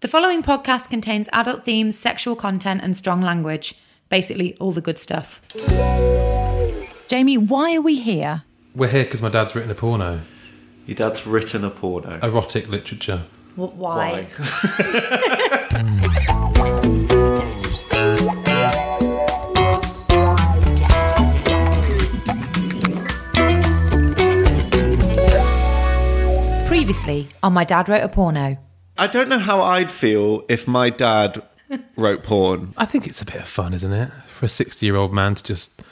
The following podcast contains adult themes, sexual content, and strong language. Basically, all the good stuff. Jamie, why are we here? We're here because my dad's written a porno, Your dad's written a porno. erotic literature. Wh- Why? Previously, on My Dad Wrote a Porno. I don't know how I'd feel if my dad wrote porn. I think it's a bit of fun, isn't it, for a sixty-year-old man to just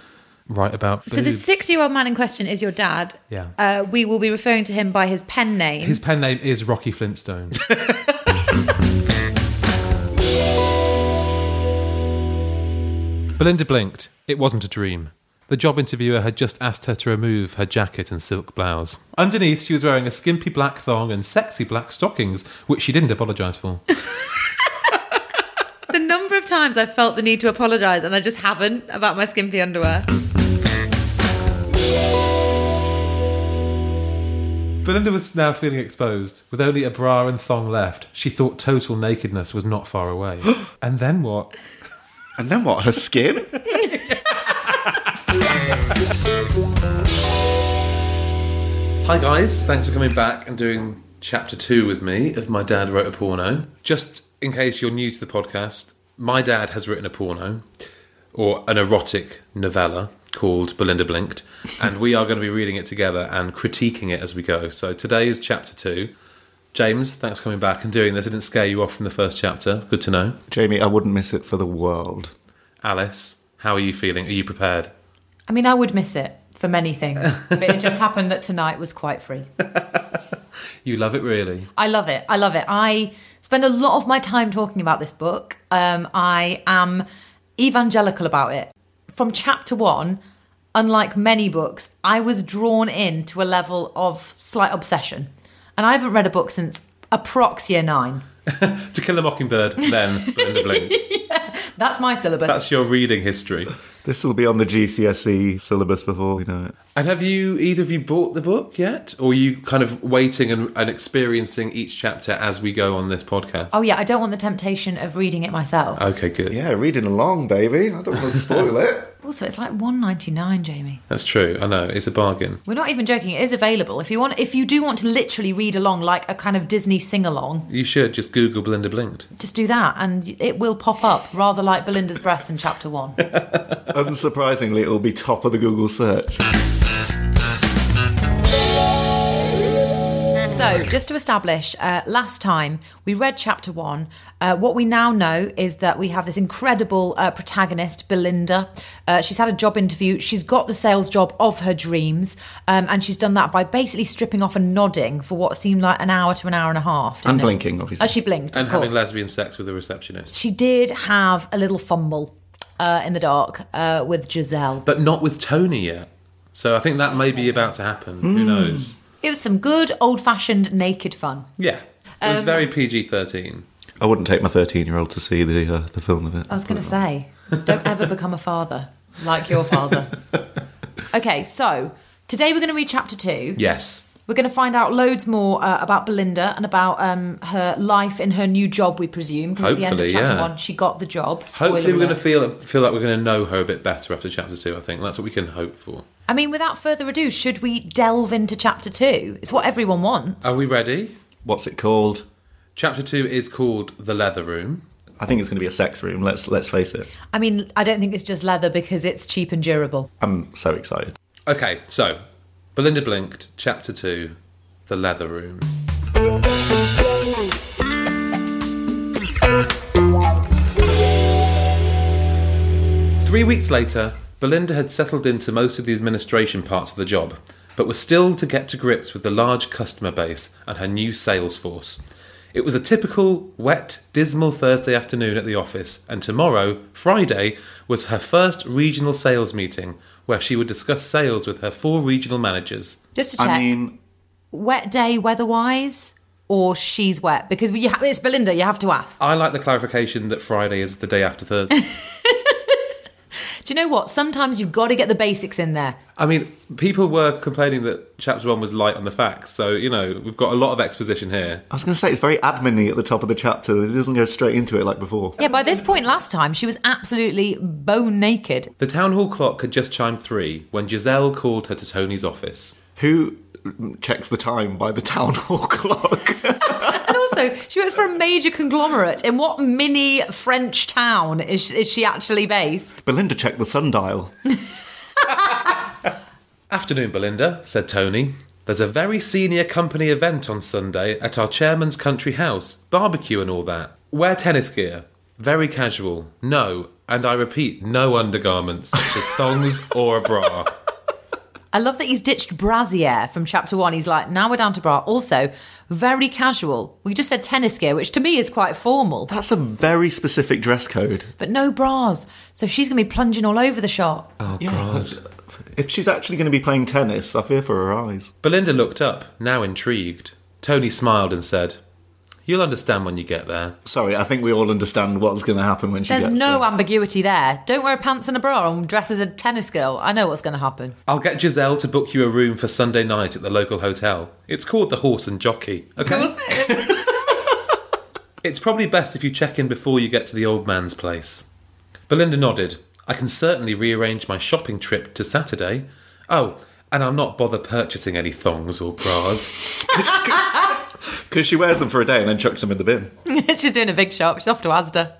write about. So the boobs. six-year-old man in question is your dad. Yeah. um, Uh, we will be referring to him by his pen name. His pen name is Rocky Flintstone. Belinda blinked. It wasn't a dream. The job interviewer had just asked her to remove her jacket and silk blouse. Underneath, she was wearing a skimpy black thong and sexy black stockings, which she didn't apologise for. the number of times I've felt the need to apologise, and I just haven't about my skimpy underwear. Belinda was now feeling exposed. With only a bra and thong left, she thought total nakedness was not far away. and then what? And then what? Her skin? Hi, guys. Thanks for coming back and doing chapter two with me of My Dad Wrote a Porno. Just in case you're new to the podcast, my dad has written a porno or an erotic novella called Belinda Blinked, and we are going to be reading it together and critiquing it as we go. So today is chapter two. James, thanks for coming back and doing this. I didn't scare you off from the first chapter. Good to know. Jamie, I wouldn't miss it for the world. Alice, how are you feeling? Are you prepared? I mean, I would miss it for many things, but it just happened that tonight was quite free. You love it, really. I love it. I love it. I spend a lot of my time talking about this book. Um, I am evangelical about it. From chapter one, unlike many books, I was drawn in to a level of slight obsession. And I haven't read a book since approx year nine. To Kill a Mockingbird, then Belinda Blink. That's my syllabus. That's your reading history. This will be on the GCSE E syllabus before we know it. And have you either of you bought the book yet, or are you kind of waiting and, and experiencing each chapter as we go on this podcast? oh, yeah, I don't want the temptation of reading it myself. Okay, good. Yeah, reading along, baby. I don't want to spoil it. Also, it's like one ninety nine, Jamie. That's true. I know it's a bargain. We're not even joking. It is available if you want. If you do want to literally read along like a kind of Disney sing along, You should just Google Belinda Blinked. just do that, and it will pop up rather like Belinda's breasts in chapter one. Unsurprisingly, it'll be top of the Google search. So, just to establish, uh, last time we read chapter one. Uh, what we now know is that we have this incredible uh, protagonist, Belinda. Uh, she's had a job interview. She's got the sales job of her dreams, um, and she's done that by basically stripping off and nodding for what seemed like an hour to an hour and a half. didn't And it? blinking, obviously. Oh, she blinked. And of having course. lesbian sex with a receptionist, She did have a little fumble uh, in the dark uh, with Giselle. but not with Tony yet. So I think that may be about to happen. Who knows? It was some good old fashioned naked fun. Yeah, it was very PG thirteen. I wouldn't take my 13 year old to see the, uh, the film of it. I was going to say, don't ever become a father like your father. okay, so today we're going to read chapter two. Yes, We're going to find out loads more uh, about Belinda and about um, her life in her new job, we presume. 'cause at the end Hopefully, of chapter yeah. one, she got the job. Spoiler hopefully we're going to alert. feel feel like we're going to know her a bit better after chapter two. I think that's what we can hope for. I mean, without further ado, should we delve into chapter two? It's what everyone wants. Are we ready? What's it called? Chapter two is called the Leather Room. I think it's going to be a sex room. Let's let's face it. I mean, I don't think it's just leather because it's cheap and durable. I'm so excited. Okay, so Belinda blinked. Chapter two, the Leather Room. Three weeks later, Belinda had settled into most of the administration parts of the job, but was still to get to grips with the large customer base and her new sales force. It was a typical wet, dismal Thursday afternoon at the office, and tomorrow, Friday, was her first regional sales meeting where she would discuss sales with her four regional managers. Just to check, I mean, wet day weather-wise, or she's wet? Because we, ha- it's Belinda. You have to ask. I like the clarification that Friday is the day after Thursday. Do you know what? Sometimes you've got to get the basics in there. I mean, people were complaining that chapter one was light on the facts, so you know we've got a lot of exposition here. I was going to say it's very admin at the top of the chapter. It doesn't go straight into it like before. Yeah, by this point last time, she was absolutely bone naked. The town hall clock had just chimed three when Giselle called her to Tony's office. Who checks the time by the town hall clock? And also, she works for a major conglomerate. In what mini French town is, is she actually based? Belinda checked the sundial. Afternoon, Belinda, said Tony. There's a very senior company event on Sunday at our chairman's country house, barbecue and all that. Wear tennis gear. Very casual. No, and I repeat, no undergarments, such as thongs or a bra. I love that he's ditched brassiere from chapter one. He's like, now we're down to bra. Also, very casual. We just said tennis gear, which to me is quite formal, That's a very specific dress code. but no bras. So she's going to be plunging all over the shop. Oh, Yeah, God. If she's actually going to be playing tennis, I fear for her eyes. Belinda looked up, now intrigued. Tony smiled and said, You'll understand when you get there. Sorry, I think we all understand what's going to happen when she There's gets no there. ambiguity there. Don't wear pants and a bra and dress as a tennis girl. I know what's going to happen. I'll get Giselle to book you a room for Sunday night at the local hotel. It's called the Horse and Jockey. Okay. It's probably best if you check in before you get to the old man's place. Belinda nodded. I can certainly rearrange my shopping trip to Saturday. Oh, and I'll not bother purchasing any thongs or bras. Because she wears them for a day and then chucks them in the bin. she's doing a big shop. She's off to Asda.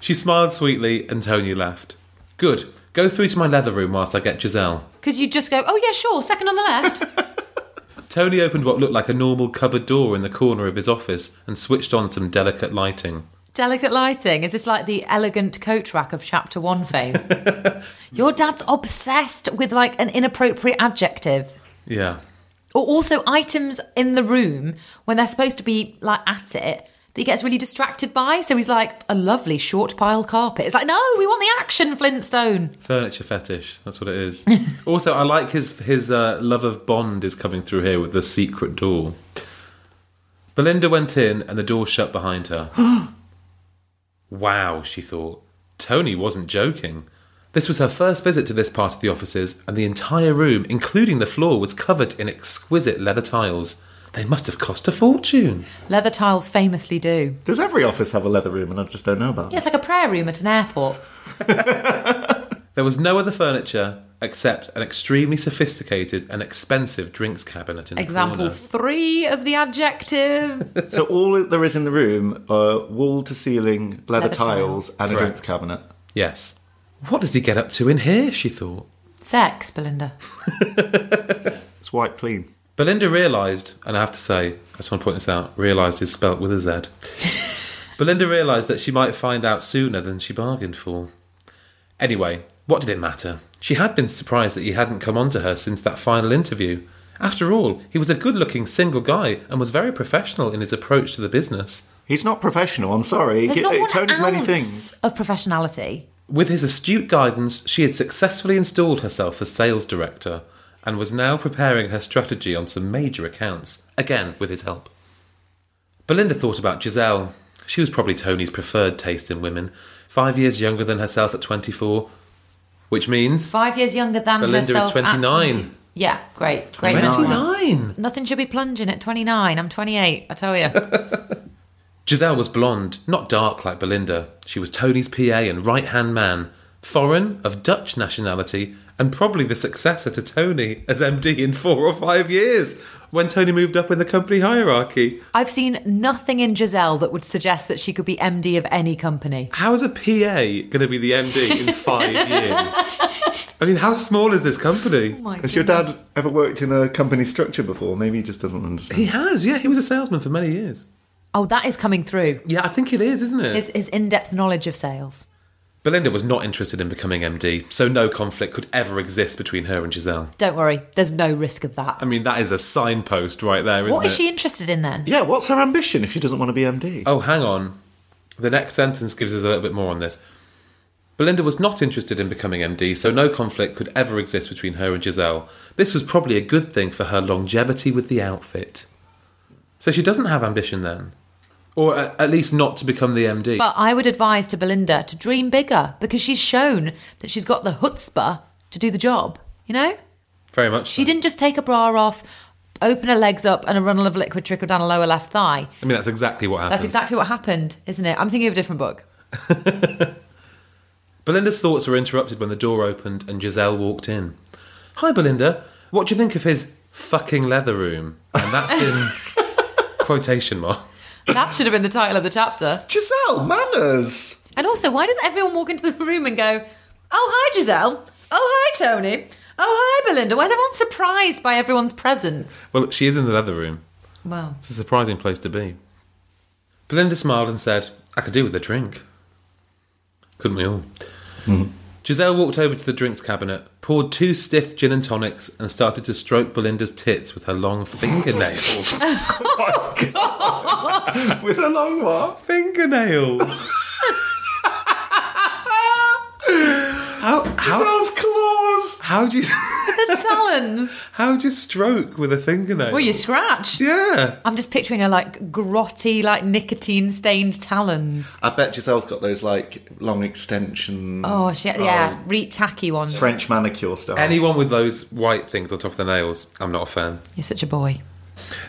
she smiled sweetly, and Tony laughed. Good. Go through to my leather room whilst I get Giselle. Because you just go, oh, yeah, sure, second on the left. Tony opened what looked like a normal cupboard door in the corner of his office and switched on some delicate lighting. Delicate lighting. Is this like the elegant coat rack of chapter one fame? Your dad's obsessed with like an inappropriate adjective. Yeah. Or also items in the room when they're supposed to be like at it that he gets really distracted by. So he's like, a lovely short pile carpet. It's like, no, we want the action, Flintstone. Furniture fetish. That's what it is. also, I like his his uh, love of Bond is coming through here with the secret door. Belinda went in, and the door shut behind her. wow, she thought. Tony wasn't joking. This was her first visit to this part of the offices, and the entire room, including the floor, was covered in exquisite leather tiles. They must have cost a fortune. Leather tiles famously do. Does every office have a leather room and I just don't know about Yeah, it's like a prayer room at an airport. There was no other furniture except an extremely sophisticated and expensive drinks cabinet in the Example corner. three of the adjective. it? So all there is in the room are wall to ceiling leather, Leather tiles and a Correct. drinks cabinet. Yes. What does he get up to in here? she thought. Sex, Belinda. It's white clean. Belinda realised, and I have to say, I just want to point this out, realised is spelt with a Z. Belinda realised that she might find out sooner than she bargained for. Anyway, what did it matter? She had been surprised that he hadn't come on to her since that final interview. After all, he was a good looking single guy and was very professional in his approach to the business. He's not professional, I'm sorry. There's not one Tony's many ounce things. of professionality. With his astute guidance, she had successfully installed herself as sales director and was now preparing her strategy on some major accounts, again with his help. Belinda thought about Giselle. She was probably Tony's preferred taste in women, five years younger than herself at 24, which means Five years younger than Belinda is herself. at 29. 20. Yeah, great, great. 29. Nothing should be plunging at 29. I'm 28. I tell you. Giselle was blonde, not dark like Belinda. She was Tony's PA and right hand man, foreign, of Dutch nationality, and probably the successor to Tony as MD in four or five years when Tony moved up in the company hierarchy. I've seen nothing in Giselle that would suggest that she could be MD of any company. How is a PA going to be the MD in five years? I mean, how small is this Oh company? Has your dad ever worked in a company structure before? Maybe he just doesn't He understand. has, yeah, he was a salesman for many years. Oh, that is coming through. Yeah, I think it is, isn't it? His, his in depth knowledge of sales. Belinda was not interested in becoming MD, so no conflict could ever exist between her and Giselle. Don't worry, there's no risk of that. I mean, that is a signpost right there, isn't What is it? she interested in then? Yeah, what's her ambition if she doesn't want to be MD? Oh, hang on. The next sentence gives us a little bit more on this. Belinda was not interested in becoming MD, so no conflict could ever exist between her and Giselle. This was probably a good thing for her longevity with the outfit. So she doesn't have ambition then. Or a- at least not to become the MD. But I would advise to Belinda to dream bigger because she's shown that she's got the chutzpah to do the job. You know, Very much. she so. didn't just take a bra off, open her legs up, and a runnel of liquid trickled down her lower left thigh. I mean, that's exactly what happened. That's exactly what happened, isn't it? I'm thinking of a different book. Belinda's thoughts were interrupted when the door opened and Giselle walked in. Hi, Belinda. What do you think of his fucking leather room? And that's in quotation marks. That should have been the title of the chapter. Giselle, manners! And also, why does everyone walk into the room and go, "Oh hi, Giselle. Oh hi, Tony. Oh hi, Belinda." Why is everyone surprised by everyone's presence? Well, she is in the leather room. Well, It's a surprising place to be. Belinda smiled and said, I could do with a drink. Couldn't we all? Mm-hmm. Giselle walked over to the drinks cabinet, poured two stiff gin and tonics, and started to stroke Belinda's tits with her long fingernails. With a long what? fingernails! how, how, Giselle's claws! how do you the talons. how do you stroke with a fingernail? Well, you scratch. yeah. I'm just picturing her like grotty, like nicotine stained talons. I bet Giselle's got those like long extension Oh, she, yeah, re tacky ones. French manicure stuff. Anyone with those white things on top of their nails, I'm not a fan. You're such a boy.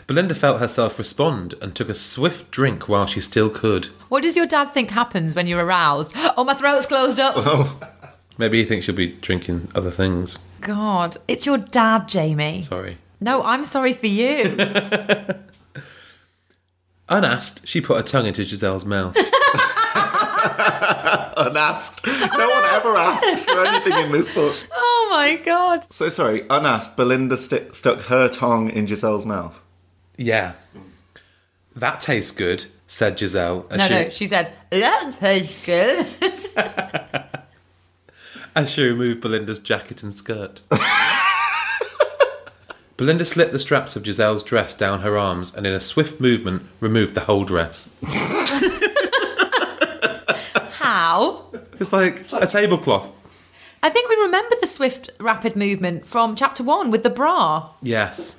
Belinda felt herself respond and took a swift drink while she still could. What does your dad think happens when you're aroused? Oh, my throat's closed up. Maybe he thinks she'll be drinking other things. God, it's your dad, Jamie. Sorry. No, I'm sorry for you. Unasked, she put her tongue into Giselle's mouth. unasked. No one ever asks for anything in this book. oh my God. So sorry, unasked. Belinda sti stuck her tongue in Giselle's mouth. yeah. That tastes good, said Giselle as, No, she, no, she said, that tastes good. as she removed Belinda's jacket and skirt. Belinda slipped the straps of Giselle's dress down her arms and, in a swift movement, removed the whole dress. How? It's like a tablecloth. I think we remember the swift, rapid movement from chapter one with the bra. Yes.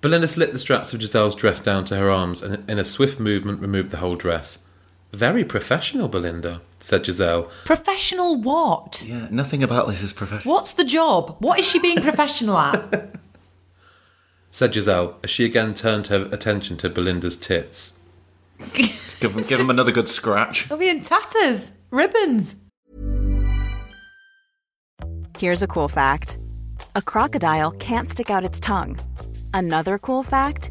Belinda slipped the straps of Giselle's dress down to her arms and, in a swift movement, removed the whole dress. Very professional, Belinda, said Giselle. Professional what? Yeah, nothing about this is professional. What's the job? What is she being professional at? Said Giselle, as she again turned her attention to Belinda's tits. Give them, give them another good scratch. They'll be in tatters, ribbons. Here's a cool fact a crocodile can't stick out its tongue. Another cool fact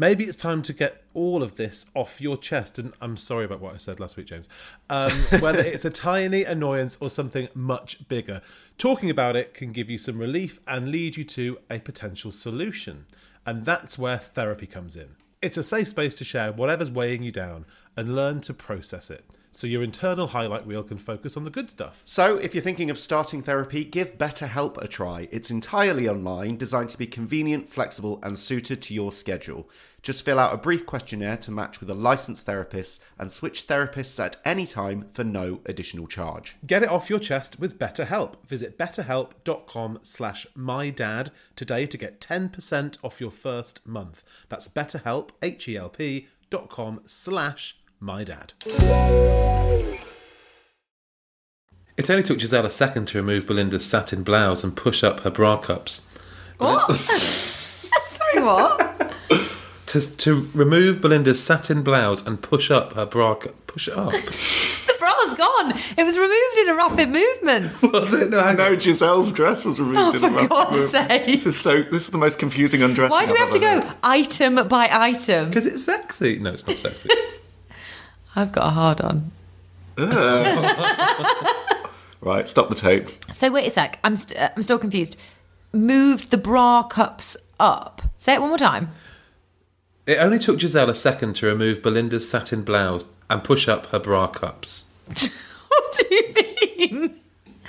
Maybe it's time to get all of this off your chest. And I'm sorry about what I said last week, James. Um, whether it's a tiny annoyance or something much bigger, talking about it can give you some relief and lead you to a potential solution. And that's where therapy comes in. It's a safe space to share whatever's weighing you down and learn to process it. so your internal highlight reel can focus on the good stuff. So, if you're thinking of starting therapy, give BetterHelp a try. It's entirely online, designed to be convenient, flexible, and suited to your schedule. Just fill out a brief questionnaire to match with a licensed therapist and switch therapists at any time for no additional charge. Get it off your chest with BetterHelp. Visit betterhelp.com slash mydad today to get 10% off your first month. That's betterhelp, H-E-L-P dot com slash mydad. It only took Giselle a second to remove Belinda's satin blouse and push up her bra cups. What? Sorry, what? To, to remove Belinda's satin blouse and push up her bra cu- Push it up? The bra's gone. It was removed in a rapid movement. Was it? No, hang on. No, Giselle's dress was removed. Oh, in for the wrap- God's wrap- sake. This is so. This is the most confusing undressing. Why do we I've have to ever go item by item? Because it's sexy. No, it's not sexy. I've got a hard on. done. right, stop the tape. So wait a sec. I'm st- uh, I'm still confused. Moved the bra cups up. Say it one more time. It only took Giselle a second to remove Belinda's satin blouse and push up her bra cups. what do you mean?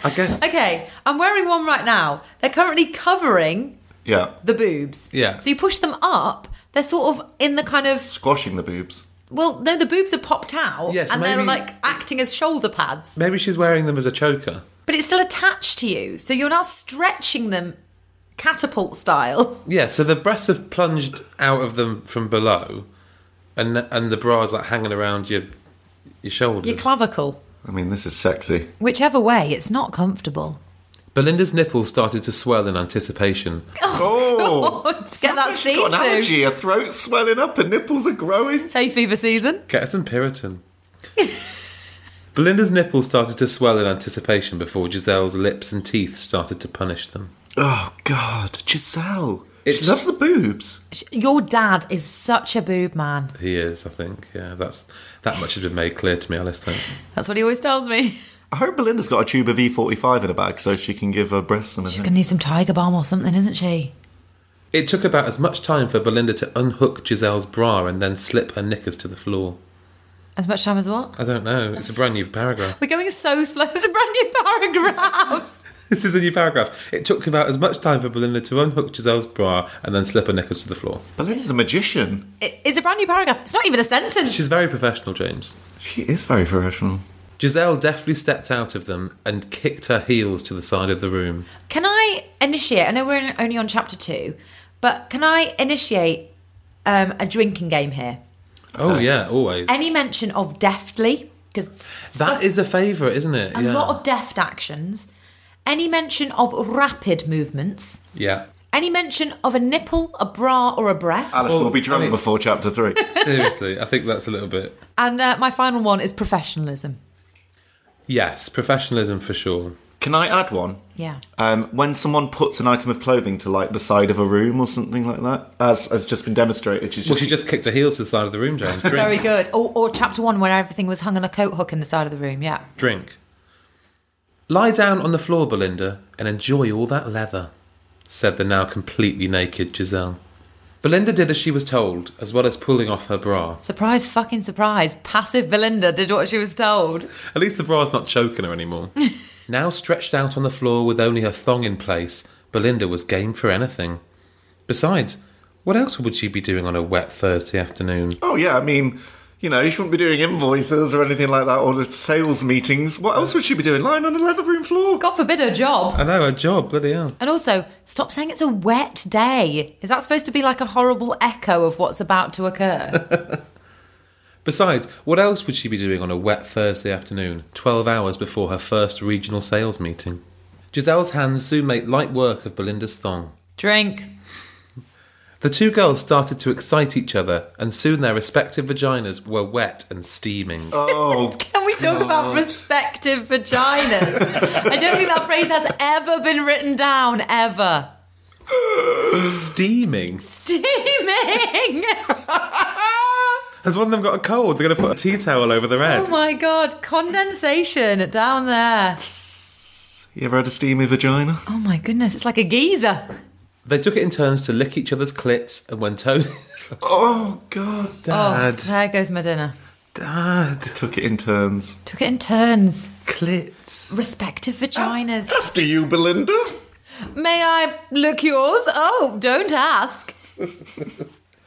I guess. Okay, I'm wearing one right now. They're currently covering Yeah, the boobs. Yeah. So you push them up. They're sort of in the kind of squashing the boobs. well, no, the boobs are popped out, Yes, and they're maybe- like acting as shoulder pads. Maybe she's wearing them as a choker. But it's still attached to you, so you're now stretching them catapult style. Yeah, so the breasts have plunged out of them from below, and and the bra's like hanging around your your shoulders. Your clavicle. I mean, this is sexy. Whichever way, it's not comfortable. Belinda's nipples started to swell in anticipation. Oh, Get that she's got seed an allergy. Her throat's swelling up. Her nipples are growing. It's hay fever season. Get us some Puritan. Belinda's nipples started to swell in anticipation before Giselle's lips and teeth started to punish them. Oh God, Giselle. It's- She loves the boobs. Sh- Your dad is such a boob man. He is, I think. Yeah, that's that much has been made clear to me, Alice. Thanks. That's what he always tells me. I hope Belinda's got a tube of E45 in a bag so she can give her breasts some. of She's it. gonna need some tiger balm or something, isn't she? It took about as much time for Belinda to unhook Giselle's bra and then slip her knickers to the floor. As much time as what? I don't know. It's a brand new paragraph. We're going so slow. It's a brand new paragraph. This is a new paragraph. It took about as much time for Belinda to unhook Giselle's bra and then slip her knickers to the floor. Belinda's a magician. It- It's a brand new paragraph. It's not even a sentence. She's very professional, James. She is very professional. Giselle deftly stepped out of them and kicked her heels to the side of the room. Can I initiate? I know we're in- only on chapter two, but can I initiate um, a drinking game here? Oh yeah, always. Any mention of deftly? Because that is a favourite, isn't it? a yeah. lot of deft actions. Any mention of rapid movements? yeah. Any mention of a nipple, a bra, or a breast? Alice Well, will be I drunk mean- before chapter three. Seriously, I think that's a little bit. And uh, my final one is professionalism. Yes, professionalism for sure. Can I add one? Yeah. Um, when someone puts an item of clothing to like the side of a room or something like that, as has just been demonstrated, she's Well, just, she just kicked her heels to the side of the room, James. Drink. Very good. Or, or chapter one, where everything was hung on a coat hook in the side of the room. Yeah. Drink. Lie down on the floor, Belinda, and enjoy all that leather, said the now completely naked Giselle. Belinda did as she was told, as well as pulling off her bra. Surprise, fucking surprise. Passive Belinda did what she was told. At least the bra's not choking her anymore. now stretched out on the floor with only her thong in place, Belinda was game for anything. Besides, what else would she be doing on a wet Thursday afternoon? oh yeah, I mean, you know, she wouldn't be doing invoices or anything like that, or sales meetings. What else would she be doing? Lying on a leather room floor? God forbid her job. I know, a job, bloody hell. And also, stop saying it's a wet day. Is that supposed to be like a horrible echo of what's about to occur? Besides, what else would she be doing on a wet Thursday afternoon, 12 hours before her first regional sales meeting? Giselle's hands soon made light work of Belinda's thong. Drink. The two girls started to excite each other, and soon their respective vaginas were wet and steaming. Uh. Oh, Can we talk about respective vaginas? I don't think that phrase has ever been written down, ever. Steaming? Steaming! Has one of them got a cold? They're going to put a tea towel over their head. Oh my god, condensation down there. you ever had a steamy vagina? Oh my goodness, it's like a geezer. They took it in turns to lick each other's clits, and when Tony. Oh God, Dad. Oh, there goes my dinner. Ah, they took it in turns. Took it in turns. Clits. Respective vaginas. After you, Belinda. May I look yours? Oh, don't ask.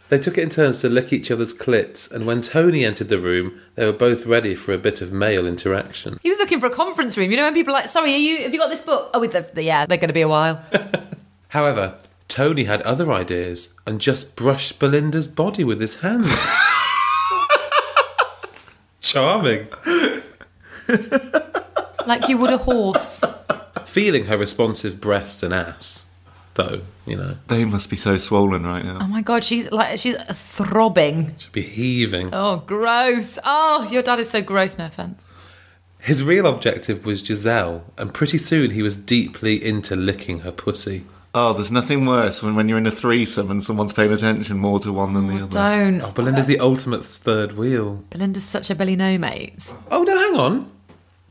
They took it in turns to lick each other's clits, and when Tony entered the room, they were both ready for a bit of male interaction. He was looking for a conference room. You know when people are like, sorry, are you? Have you got this book? Oh, with the, the- yeah, they're going to be a while. However, Tony had other ideas and just brushed Belinda's body with his hands. Charming. like you would a horse. Feeling her responsive breasts and ass. Though, you know, They must be so swollen right now. Oh my god, she's like she's throbbing. she'd be heaving. Oh, gross. Oh, your dad is so gross. No offense. His real objective was Giselle, and pretty soon he was deeply into licking her pussy. Oh, there's nothing worse when, when you're in a threesome and someone's paying attention more to one than the other. Don't. Oh, Belinda's the ultimate third wheel. Belinda's such a Billy no mates. Oh, no, hang on.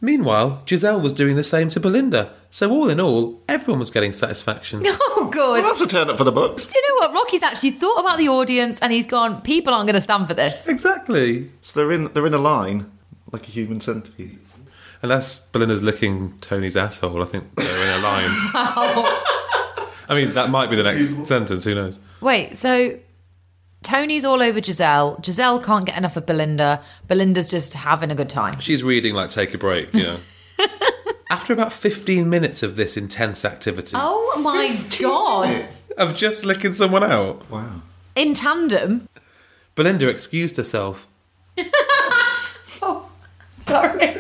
Meanwhile, Giselle was doing the same to Belinda, so all in all, everyone was getting satisfaction. Oh, good. Well, that's a turn up for the books. Do you know what? Rocky's actually thought about the audience and he's gone, people aren't going to stand for this. exactly. So they're in they're in a line like a human centipede. Unless Belinda's licking Tony's asshole, I think they're in a line. I mean, that might be the next sentence, who knows? Wait, so Tony's all over Giselle. Giselle can't get enough of Belinda. Belinda's just having a good time. She's reading, like, take a break, you know. After about 15 minutes of this intense activity, Oh my god. of just licking someone out, Wow. In tandem. Belinda excused herself. Sorry. Sorry,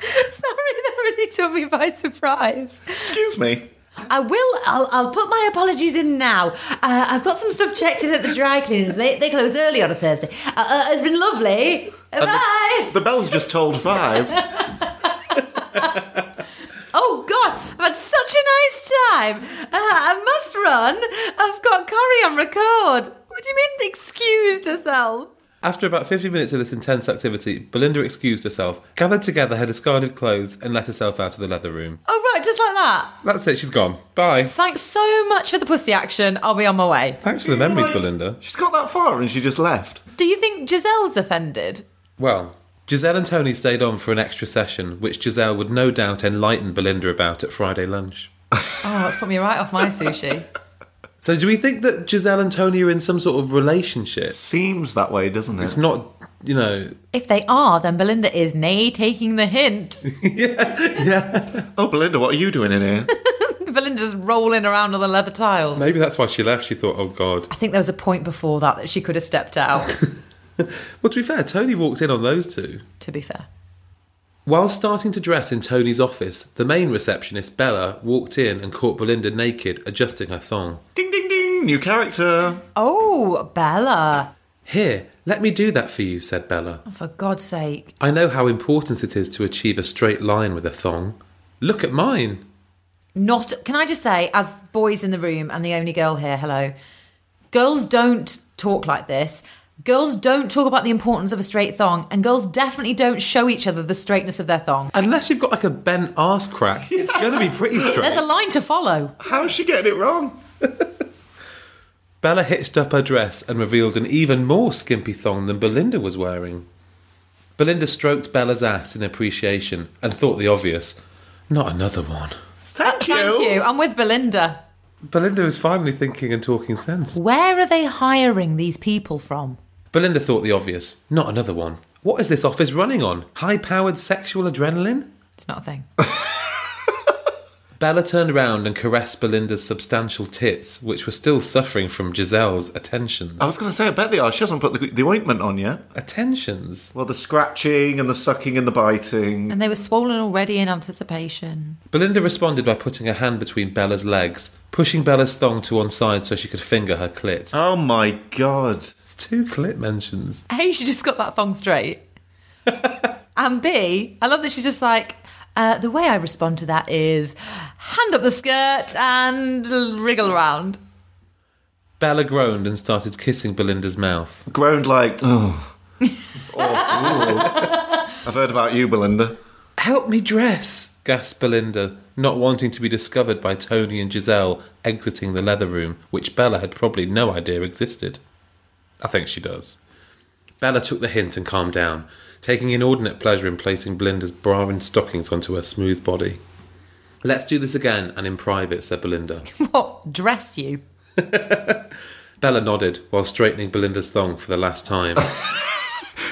that really took me by surprise. Excuse me. I will. I'll, I'll put my apologies in now. Uh, I've got some stuff checked in at the dry cleaners. They, they close early on a Thursday. Uh, uh, it's been lovely. Bye. The bell's just told five. Oh God, I've had such a nice time. Uh, I must run. I've got Corrie on record. What do you mean excused herself? After about 50 minutes of this intense activity, Belinda excused herself, gathered together her discarded clothes, and let herself out of the leather room. Oh right, just like that. That's it, she's gone. Bye. Thanks so much for the pussy action. I'll be on my way. Thanks for the memories, Belinda. She's got that far and she just left. Do you think Giselle's offended? Well, Giselle and Tony stayed on for an extra session, which Giselle would no doubt enlighten Belinda about at Friday lunch. Oh, that's put me right off my sushi. So, do we think that Giselle and Tony are in some sort of relationship? Seems that way, doesn't it? It's not, you know, If they are, then Belinda is nay taking the hint. oh, Belinda, what are you doing in here? Belinda's rolling around on the leather tiles. maybe that's why she left. She thought, oh God. I think there was a point before that that she could have stepped out, Well, to be fair, Tony walked in on those two. to be fair. While starting to dress in Tony's office, the main receptionist, Bella, walked in and caught Belinda naked, adjusting her thong. ding, ding, ding. New character. Oh, Bella. oh, Here, let me do that for you, said Bella. For God's sake. I know how important it is to achieve a straight line with a thong. Look at mine. Not, can I just say, as boys in the room and the only girl here, hello, girls don't talk like this. Girls don't talk about the importance of a straight thong, and girls definitely don't show each other the straightness of their thong. Unless you've got like a bent ass crack, it's going to be pretty straight. There's a line to follow. How's she getting it wrong? Uh, Bella hitched up her dress and revealed an even more skimpy thong than Belinda was wearing. Belinda stroked Bella's ass in appreciation and thought the obvious. Not another one. Thank you. Uh, Thank you. I'm with Belinda. Belinda was finally thinking and talking sense. Where are they hiring these people from? Belinda thought the obvious. Not another one. What is this office running on? High powered sexual adrenaline? It's not a thing. Bella turned round and caressed Belinda's substantial tits, which were still suffering from Giselle's attentions. I was going to say, I bet they are. She hasn't put the, the ointment on yet. Attentions? Well, the scratching and the sucking and the biting. And they were swollen already in anticipation. Belinda responded by putting her hand between Bella's legs, pushing Bella's thong to one side so she could finger her clit. Oh my god. It's two clit mentions. A, she just got that thong straight. and B, I love that she's just like, uh, the way I respond to that is hand up the skirt and wriggle around. Bella groaned and started kissing Belinda's mouth. Groaned like, oh. Or, "Ooh." I've heard about you, Belinda. Help me dress, gasped Belinda, not wanting to be discovered by Tony and Giselle exiting the leather room, which Bella had probably no idea existed. I think she does. Bella took the hint and calmed down, taking inordinate pleasure in placing Belinda's bra and stockings onto her smooth body. Let's do this again and in private, said Belinda. What? Dress you? Bella nodded while straightening Belinda's thong for the last time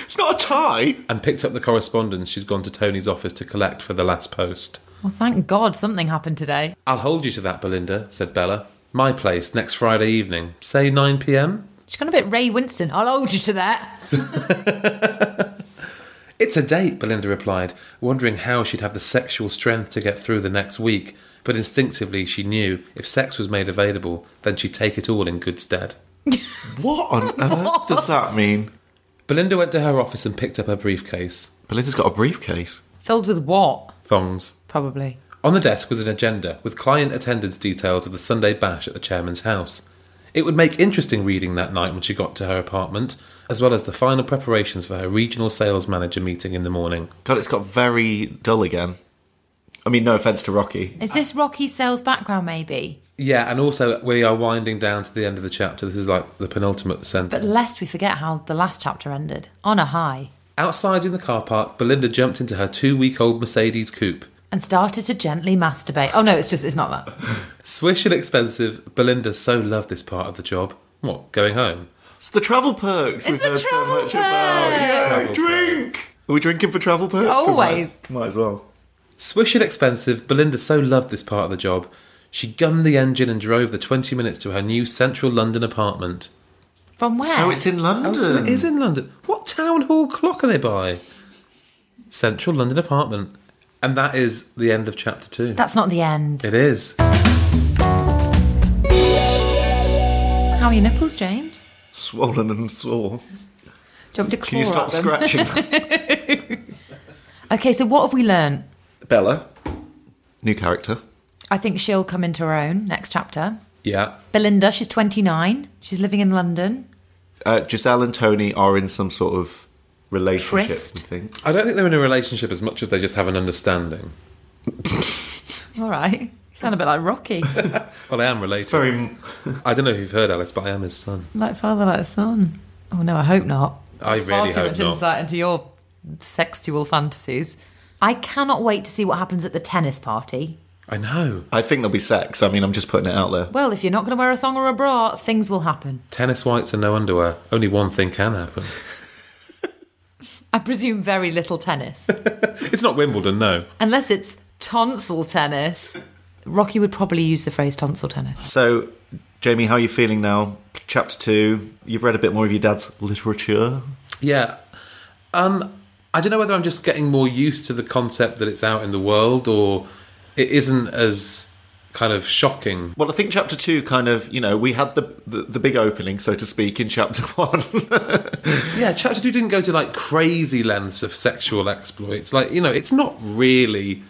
It's not a tie. and picked up the correspondence she'd gone to Tony's office to collect for the last post. Well, thank God something happened today. I'll hold you to that, Belinda, said Bella. My place next Friday evening, say 9 pm? She's gone a bit Ray Winston. I'll hold you to that. It's a date, Belinda replied, wondering how she'd have the sexual strength to get through the next week, but instinctively she knew if sex was made available, then she'd take it all in good stead. What on earth does that mean? Belinda went to her office and picked up her briefcase. Belinda's got a briefcase. Filled with what? Thongs. Probably. On the desk was an agenda with client attendance details of the Sunday bash at the chairman's house. It would make interesting reading that night when she got to her apartment, as well as the final preparations for her regional sales manager meeting in the morning. God, it's got very dull again. I mean, no offense to Rocky. Is this Rocky Sales background, maybe? Yeah, and also we are winding down to the end of the chapter. This is like the penultimate sentence. But lest we forget how the last chapter ended on a high Outside in the car park, Belinda jumped into her two week old Mercedes coupe. and started to gently masturbate. Oh, no, it's just, it's not that. Swish and expensive, Belinda so loved this part of the job. What, going home? It's the travel perks we've the heard so travel much about. perks. Yeah, Travel drink. Are we drinking for travel perks? Always. Might, might as well. Swish and expensive, Belinda so loved this part of the job. She gunned the engine and drove the 20 minutes to her new central London apartment. From where? So it's in London. Oh, so it is in London. What town hall clock are they by? Central London apartment. And that is the end of chapter two. That's not the end. it is. How are your nipples, James? Swollen and sore. Do you want me to claw Can you stop at them? scratching? Okay, so what have we learned? Bella. New character. I think she'll come into her own next chapter. Yeah. Belinda, she's 29. She's living in London. Uh, Giselle and Tony are in some sort of relationship, Tryst? I think. I don't think they're in a relationship as much as they just have an understanding. All right. You sound a bit like Rocky, Well, I am related. It's very I don't know if you've heard Alice, but I am his son. like father, like son. Oh, no, I hope not. I It's far really too hope much not. insight into your sexual fantasies. I cannot wait to see what happens at the tennis party. I know. I think there'll be sex. I mean, I'm just putting it out there. Well, if you're not going to wear a thong or a bra, things will happen. Tennis whites and no underwear. Only one thing can happen. I presume very little tennis. It's not Wimbledon, no. Unless it's tonsil tennis. Rocky would probably use the phrase tonsil tennis. So, Jamie, how are you feeling now? Chapter two. You've read a bit more of your dad's literature. Yeah. Um, I don't know whether I'm just getting more used to the concept that it's out in the world or it isn't as kind of shocking. Well, I think chapter two kind of, you know, we had the the, the big opening, so to speak, in chapter one. Yeah, chapter two didn't go to like crazy lengths of sexual exploits. Like, you know, it's not really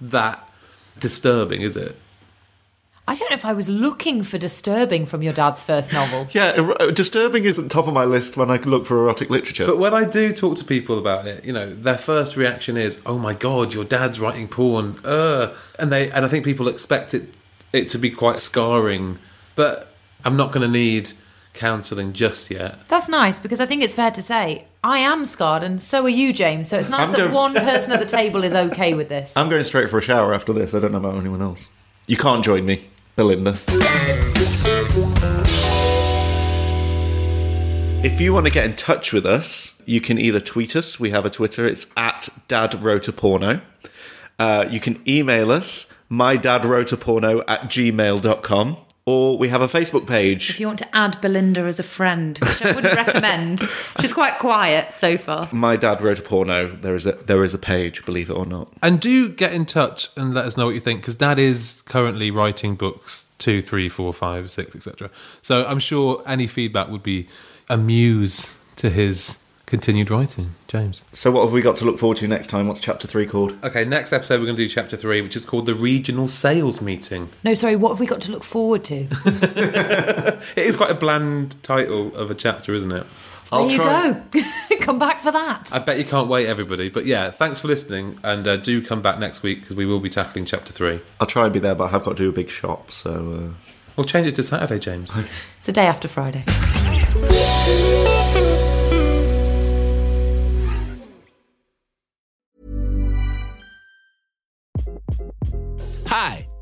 that disturbing, is it? I don't know if I was looking for disturbing from your dad's first novel. yeah, er- disturbing isn't top of my list when I look for erotic literature. But when I do talk to people about it, you know, their first reaction is, "Oh my god, your dad's writing porn." Uh, and they and I think people expect it it to be quite scarring, but I'm not going to need counseling just yet. That's nice because I think it's fair to say I am scarred and so are you, James. So it's nice I'm that doing- one person at the table is okay with this. I'm going straight for a shower after this. I don't know about anyone else. You can't join me, Belinda. If you want to get in touch with us, you can either tweet us. We have a Twitter. It's at Dad Wrote a Porno. Uh, you can email us, my dad wrote a porno at gmail.com. Or we have a Facebook If page, you want to add Belinda as a friend, which I wouldn't recommend, she's quite quiet so far. My Dad Wrote a Porno. There is a, there is a page, believe it or not. And do get in touch and let us know what you think, because Dad is currently writing books two, three, four, five, six, etc. So I'm sure any feedback would be a muse to his continued writing, James. So, what have we got to look forward to next time? What's chapter three called? Okay, next episode we're going to do chapter three, which is called the regional sales meeting. No, sorry, what have we got to look forward to? It is quite a bland title of a chapter, isn't it? So there you go. Come back for that. I bet you can't wait, everybody. But yeah, thanks for listening, and uh, do come back next week because we will be tackling chapter three. I'll try and be there, but I have got to do a big shop, so. Uh... We'll change it to Saturday, James. It's the day after Friday.